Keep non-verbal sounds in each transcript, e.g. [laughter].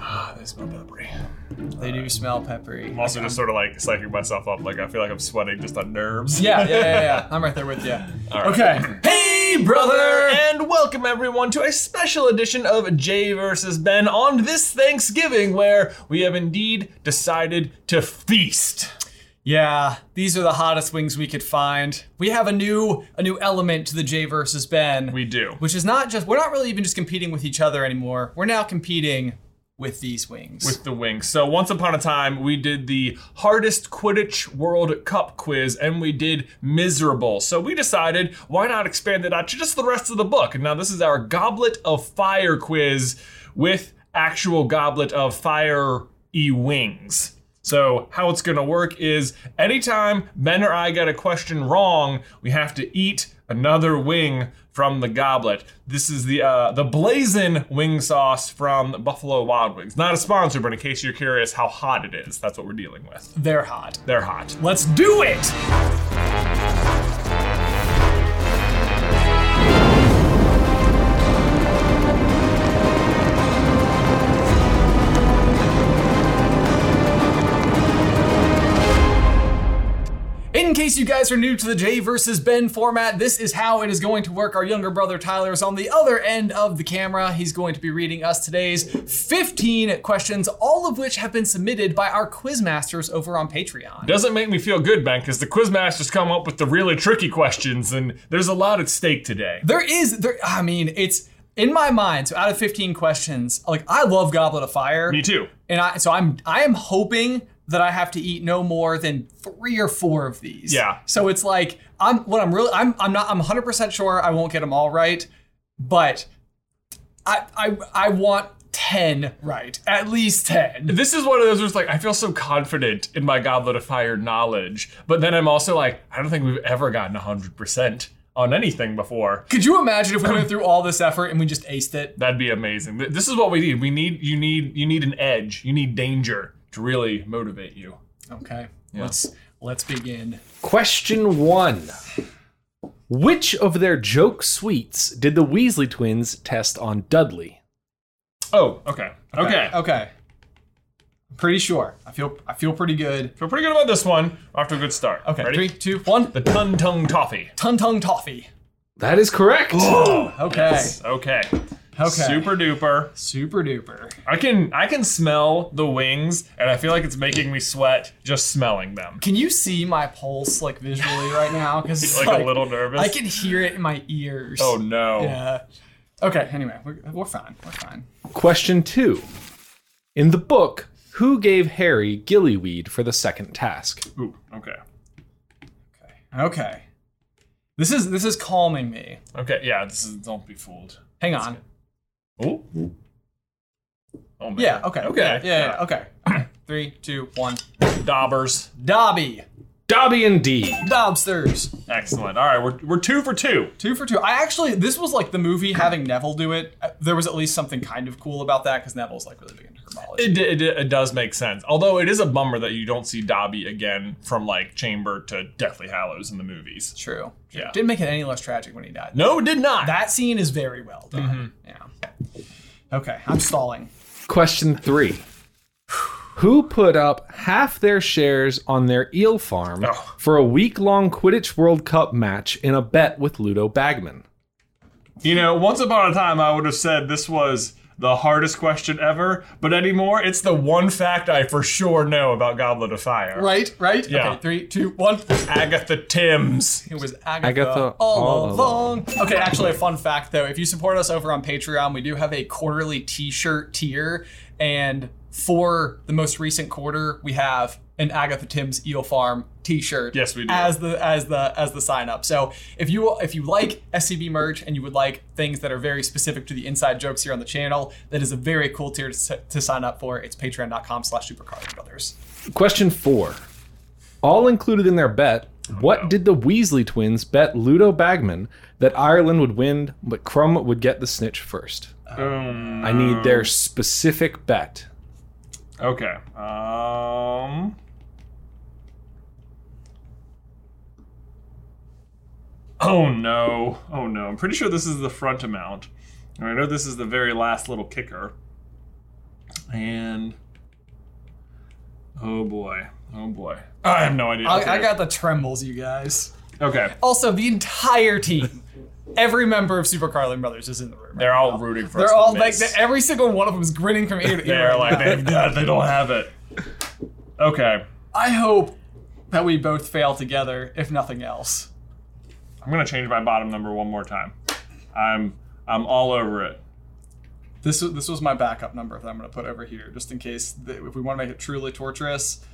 Ah, they smell peppery. They do smell peppery. I'm also just sort of like psyching myself up. Like I feel like I'm sweating just on nerves. [laughs] Yeah, yeah, yeah, yeah. I'm right there with you. All right. Okay. Hey, brother, and welcome everyone to a special edition of Jay versus Ben on this Thanksgiving, where we have indeed decided to feast. Yeah, these are the hottest wings we could find. We have a new a new element to the Jay versus Ben. We do. which is not just we're not really even just competing with each other anymore. We're now competing with these wings. With the wings. So once upon a time, we did the hardest Quidditch World Cup quiz, and we did miserable. So we decided why not expand it out to just the rest of the book. And now this is our Goblet of Fire quiz with actual Goblet of Fire e wings. So how it's gonna work is anytime Ben or I get a question wrong, we have to eat another wing from the goblet. This is the uh, the blazing wing sauce from Buffalo Wild Wings. Not a sponsor, but in case you're curious how hot it is, that's what we're dealing with. They're hot. They're hot. Let's do it. In case you guys are new to the Jay versus Ben format, this is how it is going to work. Our younger brother Tyler is on the other end of the camera. He's going to be reading us today's 15 questions, all of which have been submitted by our quizmasters over on Patreon. Doesn't make me feel good, Ben, because the quizmasters come up with the really tricky questions, and there's a lot at stake today. There is there I mean, it's in my mind, so out of 15 questions, like I love Goblet of Fire. Me too. And I so I'm I am hoping that I have to eat no more than three or four of these. Yeah. So it's like I'm what I'm really I'm I'm not I'm 100 percent sure I won't get them all right, but I I I want 10 right at least 10. This is one of those where it's like I feel so confident in my Goblet of Fire knowledge, but then I'm also like, I don't think we've ever gotten 100% on anything before. Could you imagine if we went through all this effort and we just aced it? That'd be amazing. Th- This is what we need. We need you need you need an edge. You need danger to really motivate you. Okay. Let's let's begin. Question one Which of their joke sweets did the Weasley twins test on Dudley? Oh, okay. Okay. Okay. I'm pretty sure. I feel I feel pretty good. Feel pretty good about this one. We're off to a good start. Okay, Ready? three, two, one. The Tun Tung Toffee. Tun Tung Toffee. That is correct. Okay. Okay. Okay. Super duper. Super duper. I can I can smell the wings and I feel like it's making me sweat just smelling them. Can you see my pulse like visually right now? Because [laughs] Like, a little nervous. I can hear it in my ears. Oh no. Yeah. Okay. Anyway, we're, we're fine. We're fine. [gasps] Question two In the book, who gave Harry gillyweed for the second task? Ooh, okay. Okay. Okay. This is this is calming me. Okay, yeah, this is don't be fooled. Hang on. Ooh. Oh man. Yeah. Okay. Okay. Yeah. yeah, yeah, Okay. Okay. [clears throat] Three, two, one. Daubers. Dobby. Dobby and Dee. Dobsters. Excellent. All right, we're, we're two for two. Two for two. I actually, this was like the movie having Neville do it. Uh, There was at least something kind of cool about that because Neville's like really big into herbology. It, d- it, d- it does make sense. Although it is a bummer that you don't see Dobby again from like Chamber to Deathly Hallows in the movies. True. true. Yeah. Didn't make it any less tragic when he died. No, it did not. That scene is very well done. Mm-hmm. Yeah. Okay, I'm stalling. Question three Who put up half their shares on their eel farm Oh. for a week long Quidditch World Cup match in a bet with Ludo Bagman? you know, once upon a time I would have said this was the hardest question ever, but anymore it's the one fact I for sure know about Goblet of Fire. Right, right? Yeah. Okay, three, two, one. Agatha Timms. It was Agatha, Agatha all, all along. Okay, actually, a fun fact though if you support us over on Patreon, we do have a quarterly t shirt tier. And for the most recent quarter, we have an Agatha Timms Eel Farm t-shirt Yes, we do. as the as the as the sign up so if you if you like scb merch and you would like things that are very specific to the inside jokes here on the channel that is a very cool tier to, s- to sign up for it's patreon.com slash supercardbrothers Question four. All included in their bet, what did the Weasley twins bet Ludo Bagman that Ireland would win, but Crumb would get the snitch first? Uh, Um, I need their specific bet. okay. Um. Oh no. Oh no. I'm pretty sure this is the front amount. And I know this is the very last little kicker. And oh boy, oh boy, I have no idea. what to I, I do. got the trembles, you guys. okay. Also, the entire team, every member of Super Carlin Brothers is in the room. They're all rooting for us. to They're all like miss. the, every single one of them is grinning from ear to ear. They're right like now. they've [laughs] got. They don't have it. Okay, I hope that we both fail together, if nothing else. I'm gonna change my bottom number one more time. I'm I'm all over it. This was, this was my backup number that I'm going to put over here, just in case th- if we want to make it truly torturous.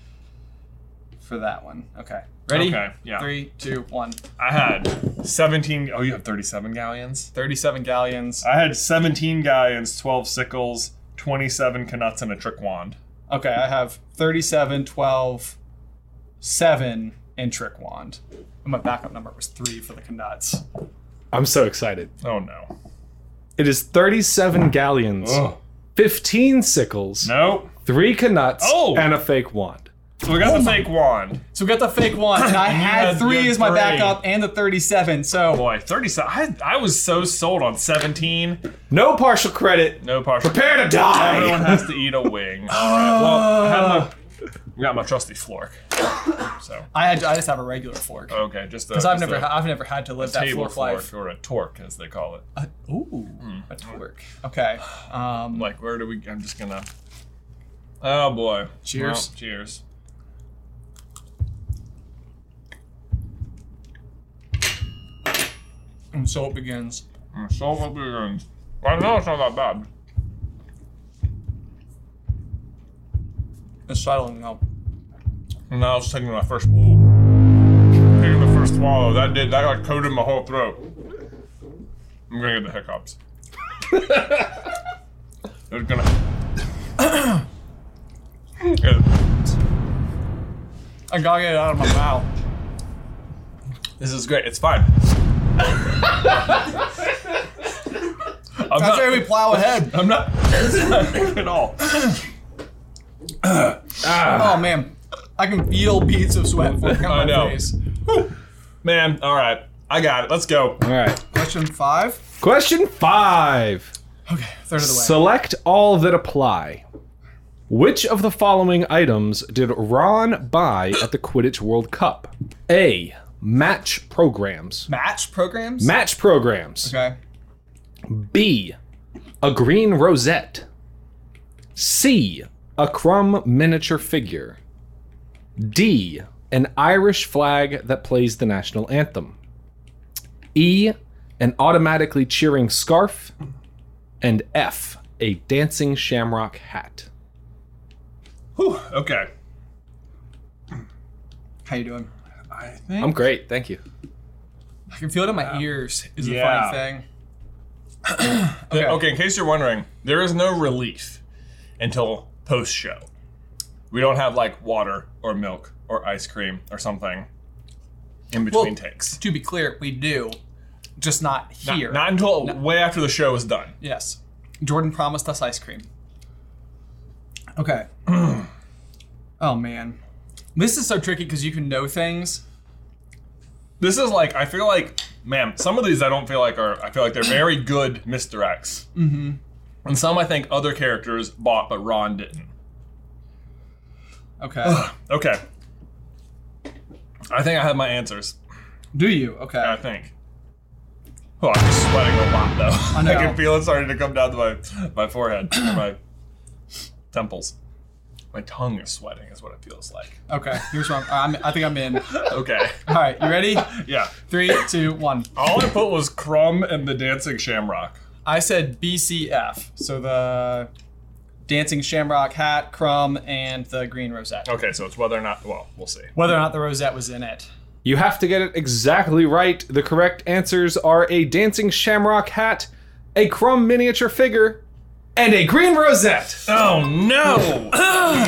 For that one, okay. Ready? Okay, yeah. Three, two, one. I had 17. Oh, you have 37 galleons. Thirty-seven galleons. I had 17 galleons, 12 sickles, 27 canuts, and a trick wand. Okay, I have 37, 12, 7, and Trick Wand. And my backup number was 3 for the Conduts. I'm so excited. Oh no. It is 37 galleons, Oh 15 sickles, no. three canuts, Oh. and a fake wand. So we got Oh the fake wand. So we got the fake wand, and [clears throat] I had had 3 the as my three. backup and the 37, so Boy, 37. I, I was so sold on 17. No partial credit. No partial. Prepare to die. Everyone has to eat a [laughs] wing. All Ah. right. Well, I have my, we got my trusty flork. So I had I just have a regular fork. Because okay, just because I've never ha- I've never had to live that table fork life. fork Hmm. or a torque as they call it. Uh, ooh, a fork. Okay. Um, Like where do we? I'm just gonna. Oh boy. Cheers. Well, cheers. and so it begins. And Mm, so what begins. I know it's not that bad. It's settling now. And now I was taking my first. Ooh. Taking the first swallow. That did. That like coated my whole throat. I'm gonna get the [laughs] hiccups. It's gonna. Yeah. I gotta get it out of my mouth. [coughs] This is great. It's [laughs] fine. I'm That's why not. we [laughs] plow ahead. I'm not. at all. Oh man, I can feel beads of [laughs] sweat forming Ah. I on know. my face. Man, all right. I got it. Let's go. All right. Question five. Question five. Okay, third of the way. Select all that apply. Which of the following items did Ron buy at the Quidditch World Cup? A. Match programs. match programs. Match programs. okay. B. A green rosette. C. A crumb miniature figure. D. An Irish flag that plays the national anthem. E. An automatically cheering scarf. And F. A dancing shamrock hat. Whew, okay. How you doing? I think. I'm great, thank you. I can feel it in my ears. Is the Yeah. funny thing. [clears throat] okay. in case you're wondering, there is no relief until post show. We don't have like water or milk or ice cream or something in between Well, takes. To be clear, we do, just not Not- here. Not until way after the show is done. yes. Jordan promised us ice cream. Okay. [clears throat] oh man, this is so tricky because you can know things. This is like I feel like, man, some of these I don't feel like are. I feel like they're [clears throat] very good misdirects, mm-hmm. and some I think other characters bought but Ron didn't. Okay. Okay, I think I have my answers. do you? Okay. I think. Oh, I'm just sweating a lot though. [laughs] I, know. can feel it starting to come down to my my forehead, or my temples. My tongue is sweating, is what it feels like. Okay. Here's where I'm, I'm. I think I'm in. All [laughs] Okay, right. [laughs] You ready? yeah. Three, two, one. All I put was Crumb and the Dancing Shamrock. I said BCF. So the dancing shamrock hat, crumb, and the green rosette. Okay, so it's whether or not. Well, we'll see. Whether or not the rosette was in it. You have to get it exactly right. The correct answers are a dancing shamrock hat, a crumb miniature figure, and a green rosette. Oh [laughs] no!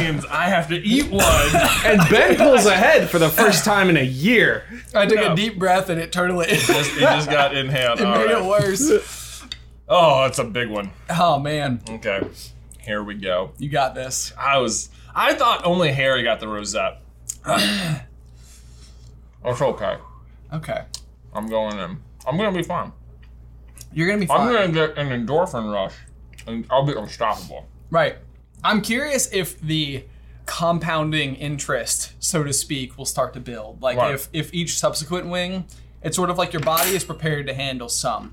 means I have to eat one. [laughs] And Ben pulls ahead for the first time in a year. I took No. a deep breath and it totally [laughs] it just got in hand. All made it right. worse. Oh, that's a big one. Oh man, Okay, here we go. you got this. I was. I thought only Harry got the rosette. [sighs] it's okay. Okay, I'm going in. I'm gonna be fine. you're gonna be I'm gonna fine. get an endorphin rush, and I'll be unstoppable. Right. I'm curious if the compounding interest, so to speak, will start to build. Like Right. if if each subsequent wing, it's sort of like your body is prepared to handle some.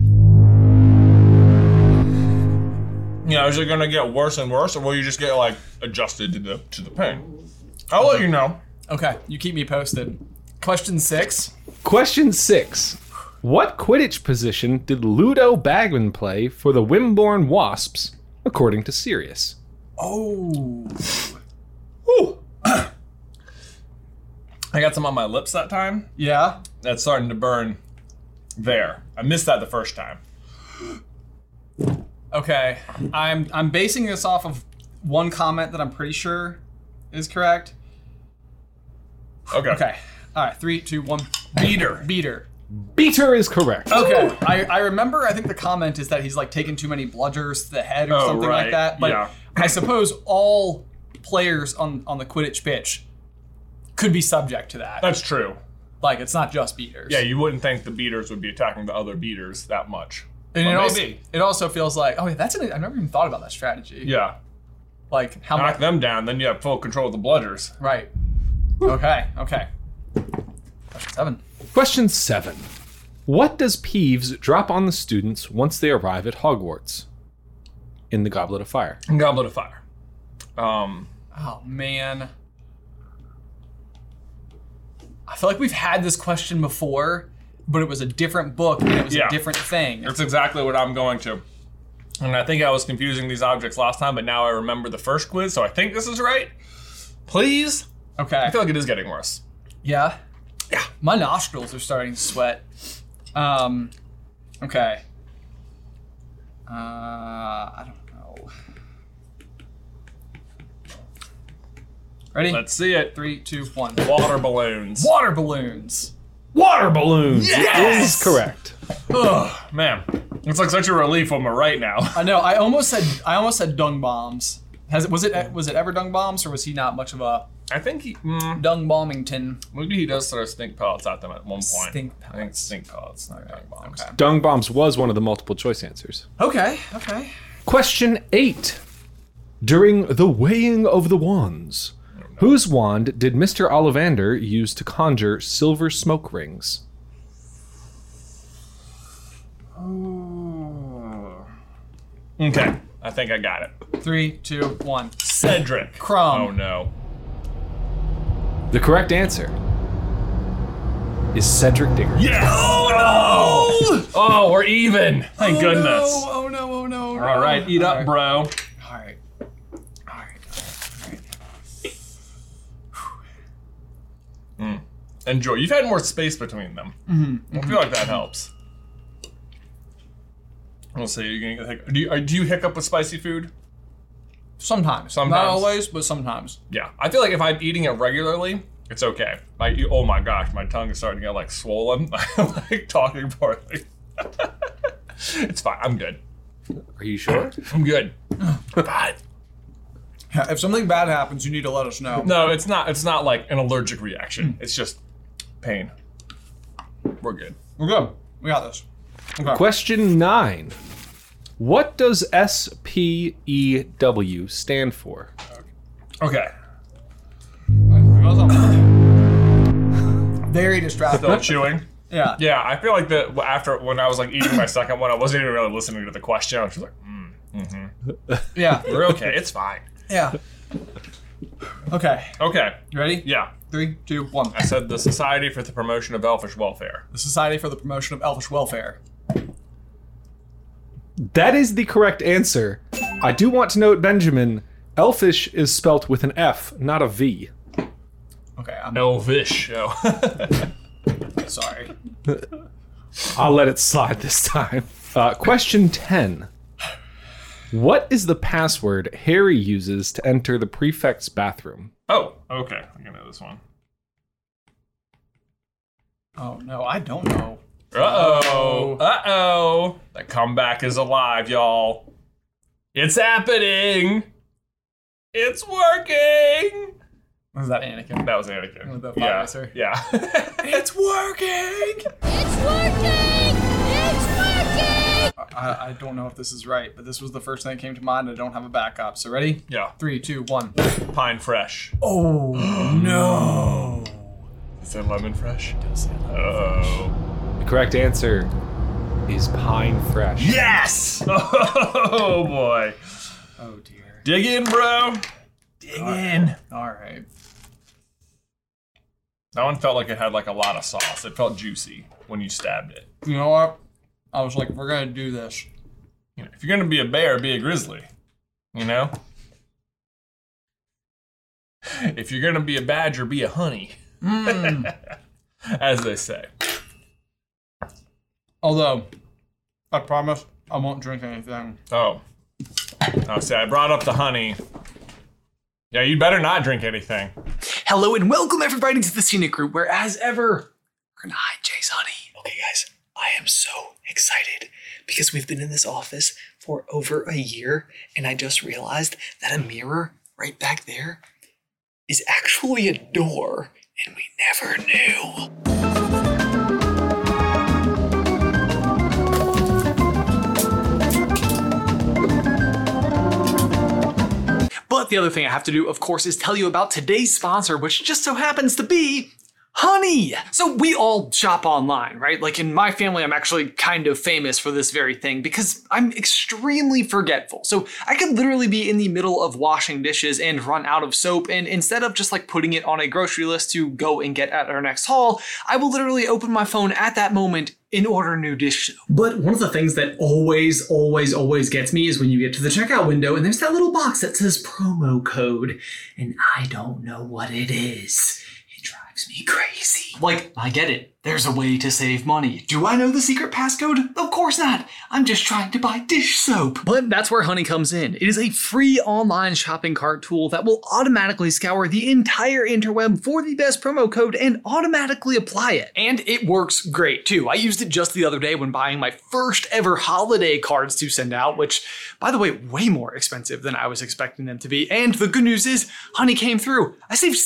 You know, is it gonna get worse and worse, or will you just get like adjusted to the to the pain? I'll let you know. Okay, you keep me posted. Question six. Question six. What Quidditch position did Ludo Bagman play for the Wimborne Wasps, according to Sirius? Oh, Whew. I got some on my lips that time. yeah. That's starting to burn. There, I missed that the first time. Okay, I'm I'm basing this off of one comment that I'm pretty sure is correct. Okay. Okay, all right, three, two, one. Beater. Beater. Beater is correct. Okay, I, I remember. I think the comment is that he's like taking too many bludgers to the head or Oh, something right, like that. But yeah. I suppose all players on on the Quidditch pitch could be subject to that. That's true. like it's not just beaters. Yeah, you wouldn't think the beaters would be attacking the other beaters that much. and it Well, also, maybe. it also feels like oh, yeah, that's an, I never even thought about that strategy. Yeah. Like how Knock much? them down, then you have full control of the bludgers. Right. Okay. Okay. Question seven. Question seven. What does Peeves drop on the students once they arrive at Hogwarts? In the Goblet of Fire. Goblet of Fire. Um, Oh man. I feel like we've had this question before, but it was a different book and it was Yeah. a different thing. that's exactly what I'm going to. And I think I was confusing these objects last time, but now I remember the first quiz, so I think this is right. Please. Okay. I feel like it is getting worse. Yeah. Yeah. My nostrils are starting to sweat. Um okay. Uh I don't know. Ready? Let's see it. Three, two, one. Water balloons. Water balloons. Water balloons! Yes! It is correct. Ugh, man, it's like such a relief when we're right now. [laughs] I know. I almost said I almost said dung bombs. Has it was it was it ever dung bombs or was he not much of a I think he, mm, dung bombington? maybe he does throw stink pellets at them at one point. Stink I think stink pellets, not dung bombs. Okay. Dung Bombs was one of the multiple choice answers. Okay. Okay. Question eight. During the weighing of the wands, whose wand did Mr. Ollivander use to conjure silver smoke rings? Okay, I think I got it. Three, two, one. Cedric. Crumb. Oh no. The correct answer is Cedric Diggory. Yes! Oh no! Oh, we're even. Thank Oh, goodness. no, Oh no! Oh no! no. All right, eat up, All right. bro. All right. All right. Hmm. Enjoy. You've had more space between them. Mm-hmm. I feel like that helps. We'll see. You're gonna get hic- do you, uh, do you hiccup with spicy food? Sometimes. Not Sometimes. always, but sometimes. Yeah. I feel like if I'm eating it regularly, it's okay. Like, you- oh my gosh, my tongue is starting to get like swollen. [laughs] I'm like talking poorly. [laughs] it's fine. I'm good. Are you sure? I'm [laughs] good. God. If something bad happens, you need to let us know. No, it's not. It's not like an allergic reaction. It's just pain. We're good. We're good. We got this. Question nine. What does SPEW stand for? Okay. [laughs] Very [laughs] distracting. Still chewing. yeah. Yeah, I feel like that after when I was like [clears throat] eating my second one, I wasn't even really listening to the question. I was just like, mm, Yeah. "We're okay. It's fine." Yeah. Okay. Okay. You ready? Yeah, Three, two, one. I said the Society for the Promotion of Elfish Welfare. The Society for the Promotion of Elfish Welfare. That is the correct answer. I do want to note, Benjamin, Elfish is spelt with an F, not a V. Okay, I'm Elvish. Oh. sorry. I'll let it slide this time. Uh, question 10. What is the password Harry uses to enter the prefect's bathroom? [laughs] oh. Okay. I can know this one. Oh no, I don't know. Uh oh. Uh oh. The comeback is alive, y'all. It's happening. It's working. Is that Anakin? That was Anakin. The yeah. Budweiser. Yeah. [laughs] It's working! It's working! It's working! I, I don't know if this is right, but this was the first thing that came to mind. I don't have a backup. So ready? Yeah, Three, two, one. pine fresh. [gasps] Oh no! Is it lemon fresh? Oh. The correct answer is pine fresh. Yes! [laughs] Oh boy. Oh dear. Dig in, bro. Dig in. All right. That one felt like it had like a lot of sauce. It felt juicy when you stabbed it. You know what? I was like, we're gonna do this. You know, if you're gonna be a bear, be a grizzly. You know? If you're gonna be a badger, be a honey. [laughs] As they say. Although, I promise I won't drink anything. Oh. Oh, see, I brought up the honey. Yeah, you better not drink anything. Hello and welcome everybody to the Scenic Group, where as ever, we're gonna hide Jay's honey. Okay, guys, I am so excited because we've been in this office for over a year, and I just realized that a mirror right back there is actually a door, and we never knew. But the other thing I have to do, of course, is tell you about today's sponsor, which just so happens to be honey. So we all shop online, right? Like in my family, I'm actually kind of famous for this very thing because I'm extremely forgetful. So I could literally be in the middle of washing dishes and run out of soap. And instead of just like putting it on a grocery list to go and get at our next haul, I will literally open my phone at that moment and order new dish soap. But one of the things that always, always, always gets me is when you get to the checkout window and there's that little box that says promo code, and I don't know what it is. It drives me crazy. Like, I get it. There's a way to save money. Do I know the secret passcode? Of course not. I'm just trying to buy dish soap. But that's where Honey comes in. It is a free online shopping cart tool that will automatically scour the entire interweb for the best promo code and automatically apply it. And it works great too. I used it just the other day when buying my first ever holiday cards to send out, which, by the way, way more expensive than I was expecting them to be. And the good news is, Honey came through. I saved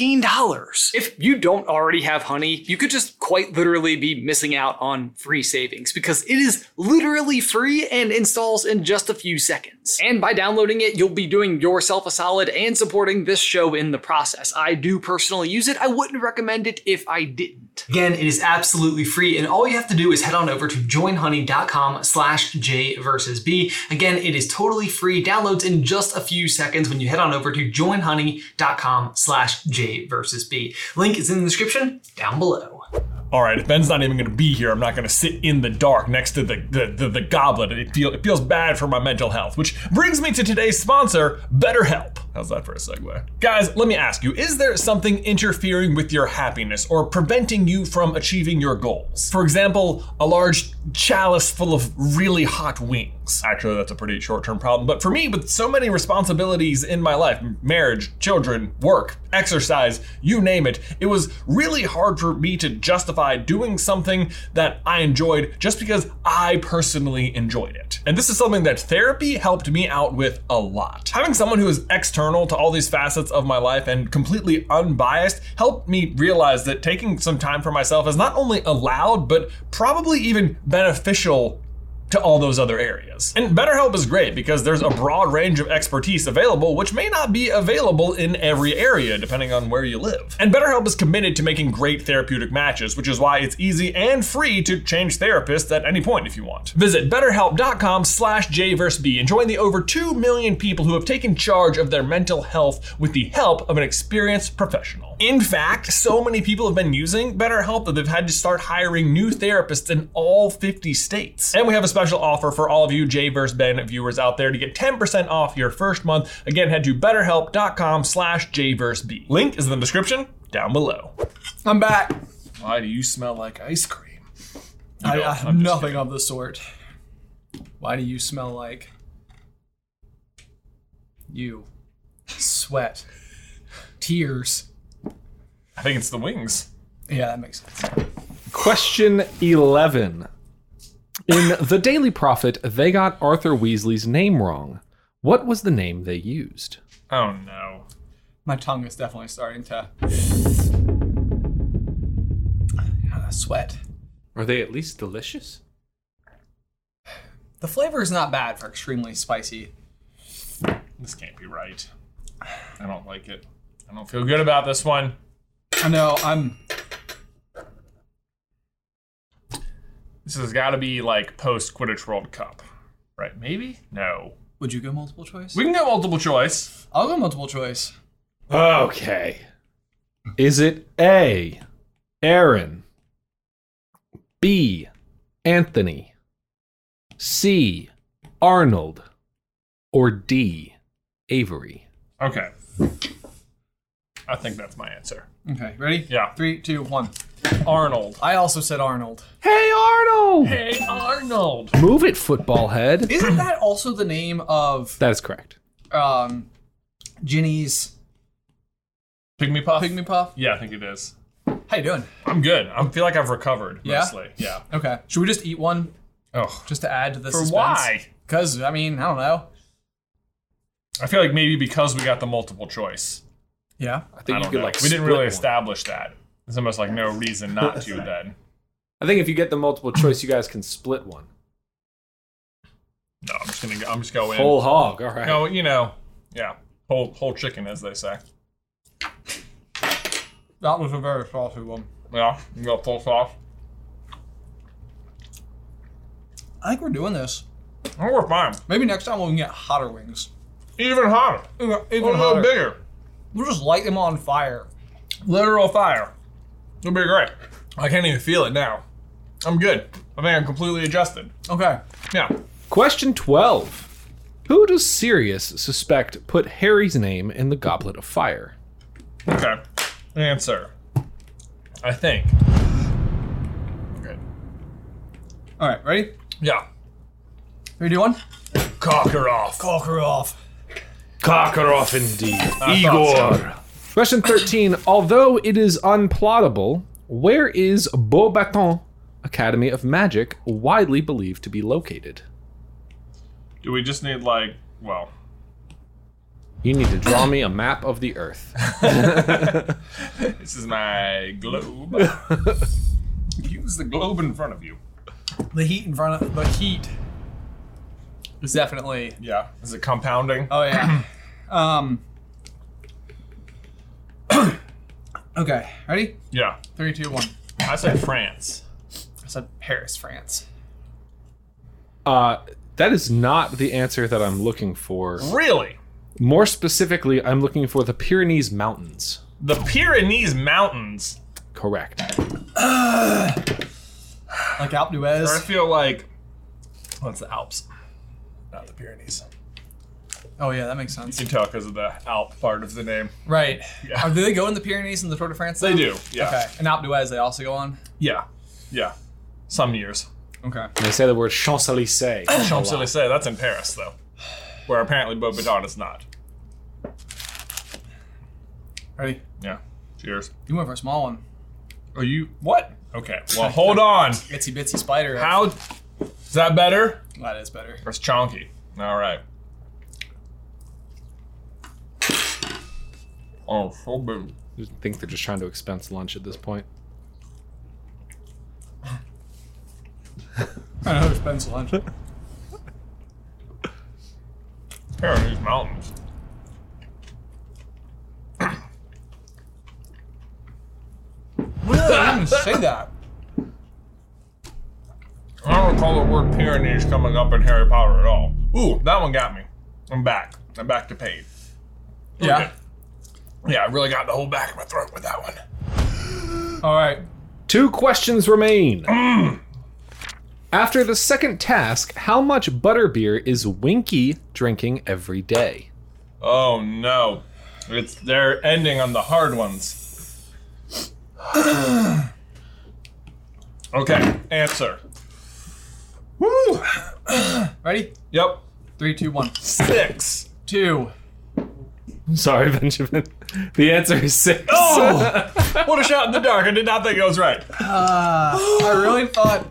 $17. If you don't already have Honey, you could just quite literally be missing out on free savings because it is literally free and installs in just a few seconds. And by downloading it, you'll be doing yourself a solid and supporting this show in the process. I do personally use it. I wouldn't recommend it if I didn't. Again, it is absolutely free, and all you have to do is head on over to joinhoney.com slash J versus B. Again, it is totally free, downloads in just a few seconds when you head on over to joinhoney.com slash J versus B. Link is in the description down below. All right, if Ben's not even going to be here, I'm not going to sit in the dark next to the the, the, the goblet. It, feel, it feels bad for my mental health, which brings me to today's sponsor, BetterHelp. How's that for a segue? Guys, let me ask you is there something interfering with your happiness or preventing you from achieving your goals? For example, a large chalice full of really hot wings. Actually, that's a pretty short term problem, but for me, with so many responsibilities in my life marriage, children, work, exercise, you name it it was really hard for me to justify doing something that I enjoyed just because I personally enjoyed it. And this is something that therapy helped me out with a lot. Having someone who is external to all these facets of my life and completely unbiased helped me realize that taking some time for myself is not only allowed, but probably even beneficial to all those other areas. And BetterHelp is great because there's a broad range of expertise available, which may not be available in every area, depending on where you live. And BetterHelp is committed to making great therapeutic matches, which is why it's easy and free to change therapists at any point if you want. Visit betterhelp.com slash jverseb and join the over 2 million people who have taken charge of their mental health with the help of an experienced professional. In fact, so many people have been using BetterHelp that they've had to start hiring new therapists in all 50 states. And we have a special offer for all of you J vs. Ben viewers out there to get 10% off your first month. Again, head to betterhelp.com slash jverseb. Link is in the description down below. I'm back. Why do you smell like ice cream? I, don't. I I'm have just nothing of the sort. Why do you smell like you? Sweat, tears. I think it's the wings. Yeah, that makes sense. Question 11. In The Daily Prophet, they got Arthur Weasley's name wrong. What was the name they used? Oh no. My tongue is definitely starting to uh, sweat. Are they at least delicious? The flavor is not bad for extremely spicy. This can't be right. I don't like it. I don't feel good about this one. I know I'm. This has got to be like post Quidditch World Cup, right? Maybe? No. Would you go multiple choice? We can go multiple choice. I'll go multiple choice. Okay. Is it A, Aaron? B, Anthony? C, Arnold? Or D, Avery? Okay. I think that's my answer. Okay, ready? Yeah. Three, two, one. Arnold. I also said Arnold. Hey, Arnold! Hey, Arnold. Move it, football head. Isn't that also the name of That is correct. um, Ginny's Pygmy Puff? Pygmy Puff? Yeah, I think it is. How you doing? I'm good. I feel like I've recovered Yeah? mostly. Yeah. Okay. Should we just eat one Oh. just to add to this? For why? Because I mean, I don't know. I feel like maybe because we got the multiple choice. Yeah. I I think don't know. we didn't really establish that. There's almost like no reason not [laughs] to then. I think if you get the multiple choice, you guys can split one. No, I'm just gonna. Go, I'm just go in. Whole hog. All right. no, you know, yeah, whole whole chicken as they say. That was a very saucy one. Yeah, you go full sauce. I think we're doing this. Oh, we're fine. Maybe next time we can get hotter wings. Even hotter. Even, A even little hotter. bigger. We'll just light them on fire. Literal fire. It'll be great. I can't even feel it now. I'm good. I think I'm completely adjusted. Okay. Yeah. Question 12. Who does Sirius suspect put Harry's name in the Goblet of Fire? Okay. Answer. I think. Good. All right. Ready? Yeah. Three, two, one. Cock her off. Cock her off. Karkaroff indeed. Igor. Question 13. Although it is unplottable, where is Beaubaton Academy of Magic widely believed to be located? Do we just need like well? You need to draw me a map of the Earth. This is my globe. Use the globe in front of you. The heat in front of the heat is definitely. Yeah. Is it compounding? Uh, Oh [clears throat] yeah. um. okay. Ready? yeah. Three, two, one. I say France. I said Paris, France. Uh, that is not the answer that I'm looking for. Really? More specifically, I'm looking for the Pyrenees Mountains. The Pyrenees Mountains. Correct. Like Alpe Or I d'Huez. feel like what's the Alps? Not the Pyrenees. Oh yeah, that makes sense. You can tell because of the Alp part of the name. Right. Yeah. Are, do they go in the Pyrenees and the Tour de France? They now? do. Yeah. Okay. And Alpe d'Huez, they also go on. Yeah. Yeah. Some years. Okay. They say the word Champs Elysees. Champs Elysees. That's in Paris though, where apparently Beaubaton is not. Ready? Yeah. Cheers. You went for a small one. Are you what? [laughs] Okay. Well, hold on. Itsy bitsy spider. How is that better? That is better. Or it's chonky. All right. Oh, so big. I think they're just trying to expense lunch at this point. I know it's pencil lunch. Pyrenees Mountains. I didn't [laughs] say that. I don't recall the word Pyrenees coming up in Harry Potter at all. Ooh, that one got me. I'm back. I'm back to pain. Yeah. Yeah, I really got the whole back of my throat with that one. [laughs] All right. Two questions remain. After the second task, how much butterbeer is Winky drinking every day? Oh no. It's they're ending on the hard ones. [clears throat] okay, answer. Woo! Ready? Yep. Three, two, one. Six. Two. Sorry, [laughs] Benjamin. The answer is six. Oh! what a shot in the dark. I did not think I was right. I really thought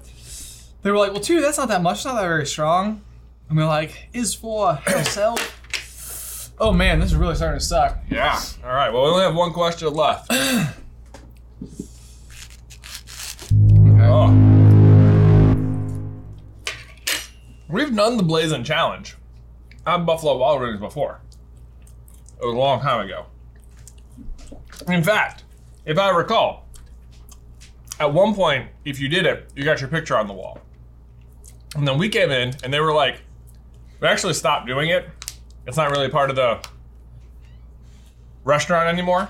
they were like, well, two, that's not that much, it's not that very strong. And we're like, is for herself. Oh man, this is really starting to suck. Yeah. All right. Well, we only have one question left. Oh. We've done the Blazing Challenge at Buffalo Wild Wings before. It was a long time ago. In fact, if I recall, at one point, if you did it, you got your picture on the wall. And then we came in and they were like, we actually stopped doing it. It's not really part of the restaurant anymore.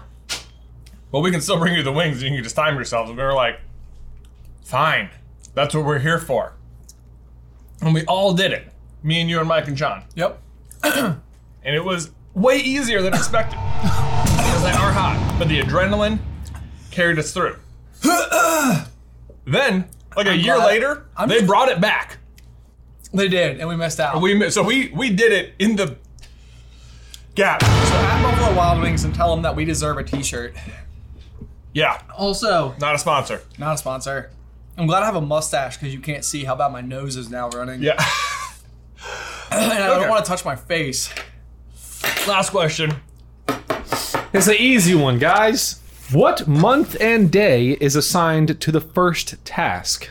But we can still bring you the wings and you can just time yourselves. And we were like, fine, that's what we're here for. And we all did it. Me and you and Mike and John. Yep. And it was way easier than expected. because they are hot. But the adrenaline carried us [clears throat] through. then, like a year glad- later, I'm they just- brought it back. They did, and we missed out. We mi- so we we did it in the gap. so at Buffalo Wild Wings and tell them that we deserve a T-shirt. Yeah, Also, not a sponsor. not a sponsor. I'm glad I have a mustache because you can't see how bad my nose is now running. Yeah. [laughs] and I Okay. don't want to touch my face. Last question. [laughs] It's an easy one, guys. What month and day is assigned to the first task?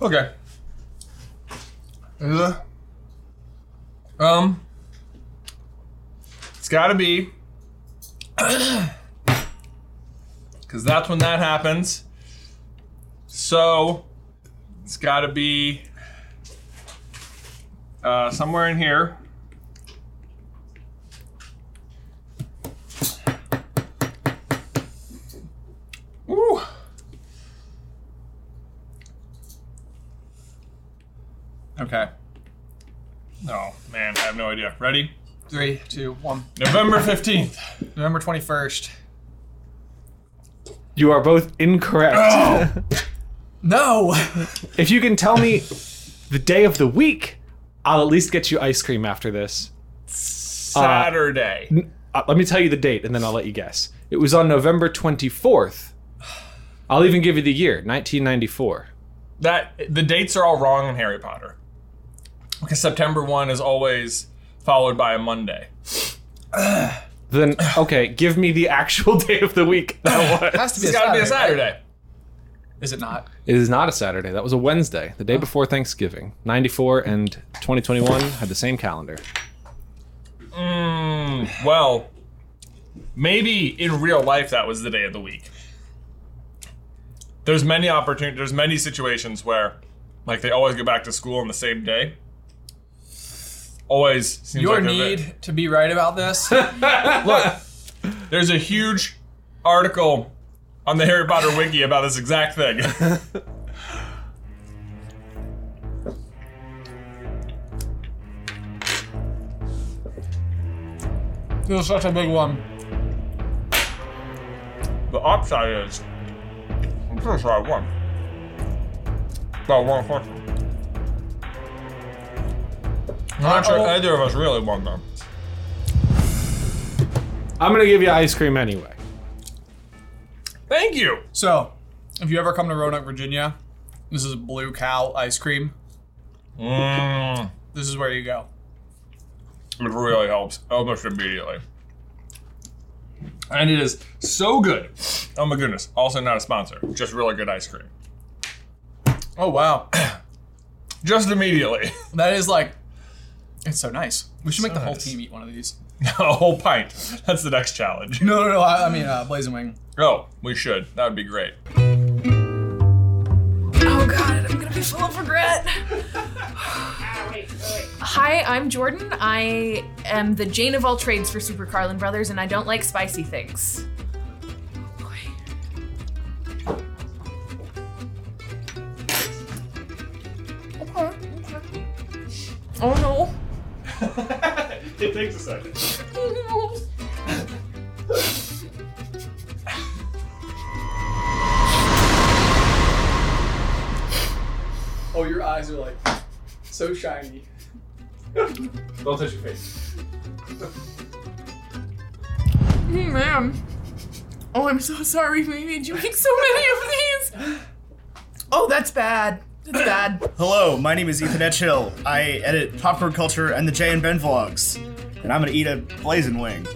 Okay. Uh, um, it's got to be [clears throat] because that's when that happens. So it's got to be uh, somewhere in here. Ooh. Okay. Oh man, I have no idea. Ready? Three, two, one. November 15th. November 21st. You are both incorrect. No. [laughs] If you can tell me the day of the week, I'll at least get you ice cream after this. Saturday. Uh, let me tell you the date and then I'll let you guess. It was on November 24th. I'll even give you the year 1994. that the dates are all wrong in Harry Potter. Because September 1 is always followed by a Monday. Then, okay, give me the actual [laughs] day of the week. That was. Has to be It's a got to be a Saturday, right? Saturday. Is it not? It is not a Saturday. That was a Wednesday, the day before Thanksgiving. 94 and 2021 had the same calendar. Mm, well, maybe in real life that was the day of the week. There's many opportunities, there's many situations where like they always go back to school on the same day. Always seems Your like they're- need to be right about [laughs] this. There's a huge article on the Harry Potter wiki about this exact [laughs] thing. This is such a big one. the upside is, I'm so sorry I won. Well, one question. I'm not sure Uh-oh. either of us really won though. I'm going to give you ice cream anyway. Thank you. So, if you ever come to Roanoke, Virginia, this is Blue Cow ice cream. Mm, This is where you go. it really helps almost immediately. And it is so good. Oh my goodness. Also not a sponsor. Just really good ice cream. Oh wow, Just immediately. [clears throat] [laughs] that is like, it's so nice. We should make So the whole nice. team eat one of these. a whole pint. That's the next challenge. [laughs] No, no, no. I, I mean, uh, Blazing Wing. Oh, we should. That would be great. Oh god, I'm gonna be full of regret. Hi, I'm Jordan. I am the Jane of all trades for Super Carlin Brothers, and I don't like spicy things. Okay, okay. Oh no. it takes a second. Oh Oh, your eyes are like so shiny. Don't touch your face. no. Mm, Ma'am. Oh, I'm so sorry we made you make so many of these. Oh, that's bad. That's bad. [coughs] Hello, my name is Ethan Edgehill. I edit Popcorn Culture and the Jay and Ben vlogs, and I'm gonna eat a blazing wing.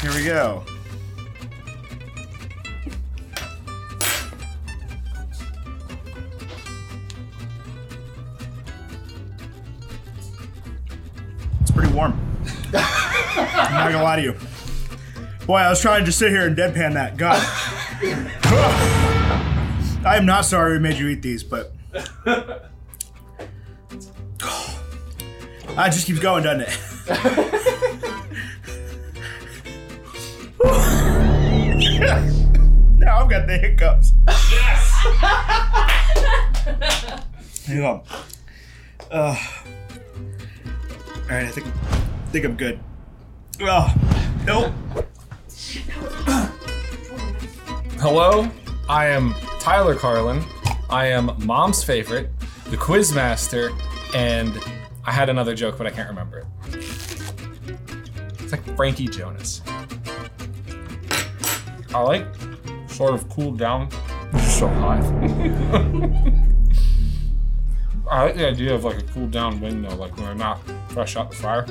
Here we go. pretty warm. I'm not gonna lie to you. Boy, I was trying to just sit here and deadpan that. God. I am not sorry we made you eat these, but. Ah, it just keeps going, doesn't it? now I've got the hiccups. Hang on. Uh, all right, I think I think I'm good. Oh, nope. Hello, I am Tyler Carlin. I am mom's favorite, the quiz master, and I had another joke, but I can't remember it. It's like Frankie Jonas. I like sort of cooled down. So hot. [laughs] I like the idea of like a cooled down wing though, like when I'm not fresh out the fire.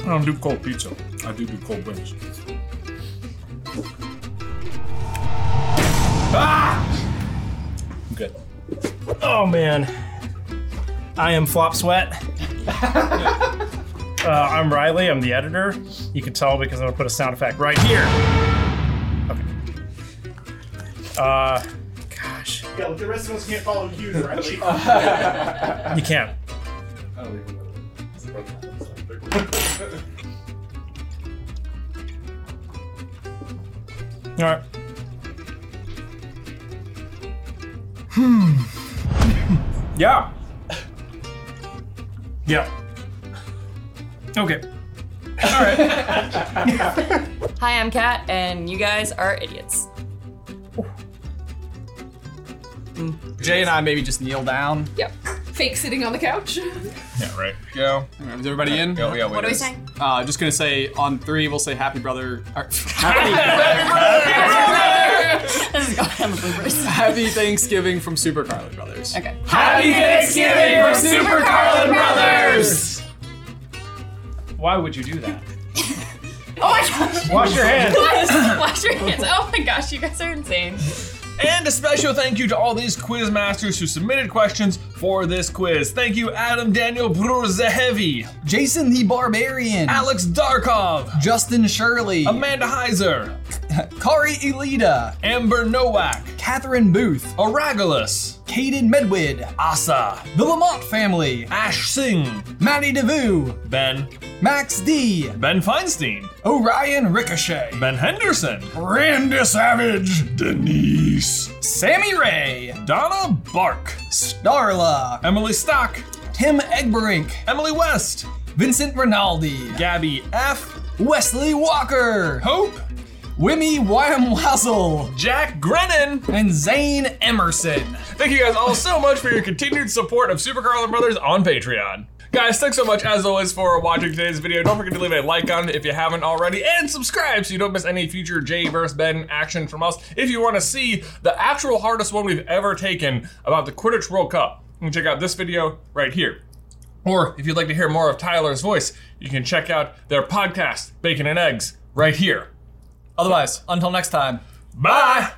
I don't do cold pizza. I do do cold wings. Ah! I'm good. Oh man, I am Flop Sweat. [laughs] uh, I'm Riley. I'm the editor. You can tell because I'm gonna put a sound effect right here. Okay. Uh, gosh, Yeah, but the rest of us can't follow cues, Riley. [laughs] you can't. All right. Hmm. yeah. yeah. Okay. Hi, I'm Kat, and you guys are idiots. Jay and I maybe just kneel down. Yep. Fake sitting on the couch. Yeah, right. Go. Is everybody in? Yeah, yeah, What we are we do. saying? Uh, just gonna say on three, we'll say happy brother. or- [laughs] This is going on the bloopers. happy Thanksgiving from Super Carlin Brothers. Okay. Happy Thanksgiving from Super Carlin Brothers. Why would you do that? Oh my gosh. Wash your hands. Wash your hands. Oh my gosh, you guys are insane. And a special thank you to all these quiz masters who submitted questions for this quiz. Thank you, Adam Daniel Brzehevi, Jason the Barbarian. Alex Darkov, Justin Shirley. Amanda Heiser, [laughs] Kari Elida. Amber Nowak, Catherine Booth. Aragalus, Caden Medwid. Asa, The Lamont family. Ash Singh, Maddie DeVue. Ben, Max D. Ben Feinstein, Orion Ricochet. Ben Henderson, Randy Savage. Denise, Sammy Ray. Donna Bark, Starla. Emily Stock, Tim Egberink. Emily West, Vincent Rinaldi. Gabby F, Wesley Walker. Hope, Wimmy Wyam Wazzle. Jack Grennan, and Zane Emerson. Thank you guys all so much for your continued support of Super Carlin Brothers on Patreon. Guys, thanks so much as always for watching today's video. Don't forget to leave a like on it if you haven't already, and subscribe so you don't miss any future J vs. Ben action from us. If you want to see the actual hardest one we've ever taken about the Quidditch World Cup, you can check out this video right here. Or if you'd like to hear more of Tyler's voice, you can check out their podcast, Bacon and Eggs, right here. Otherwise, until next time. Bye!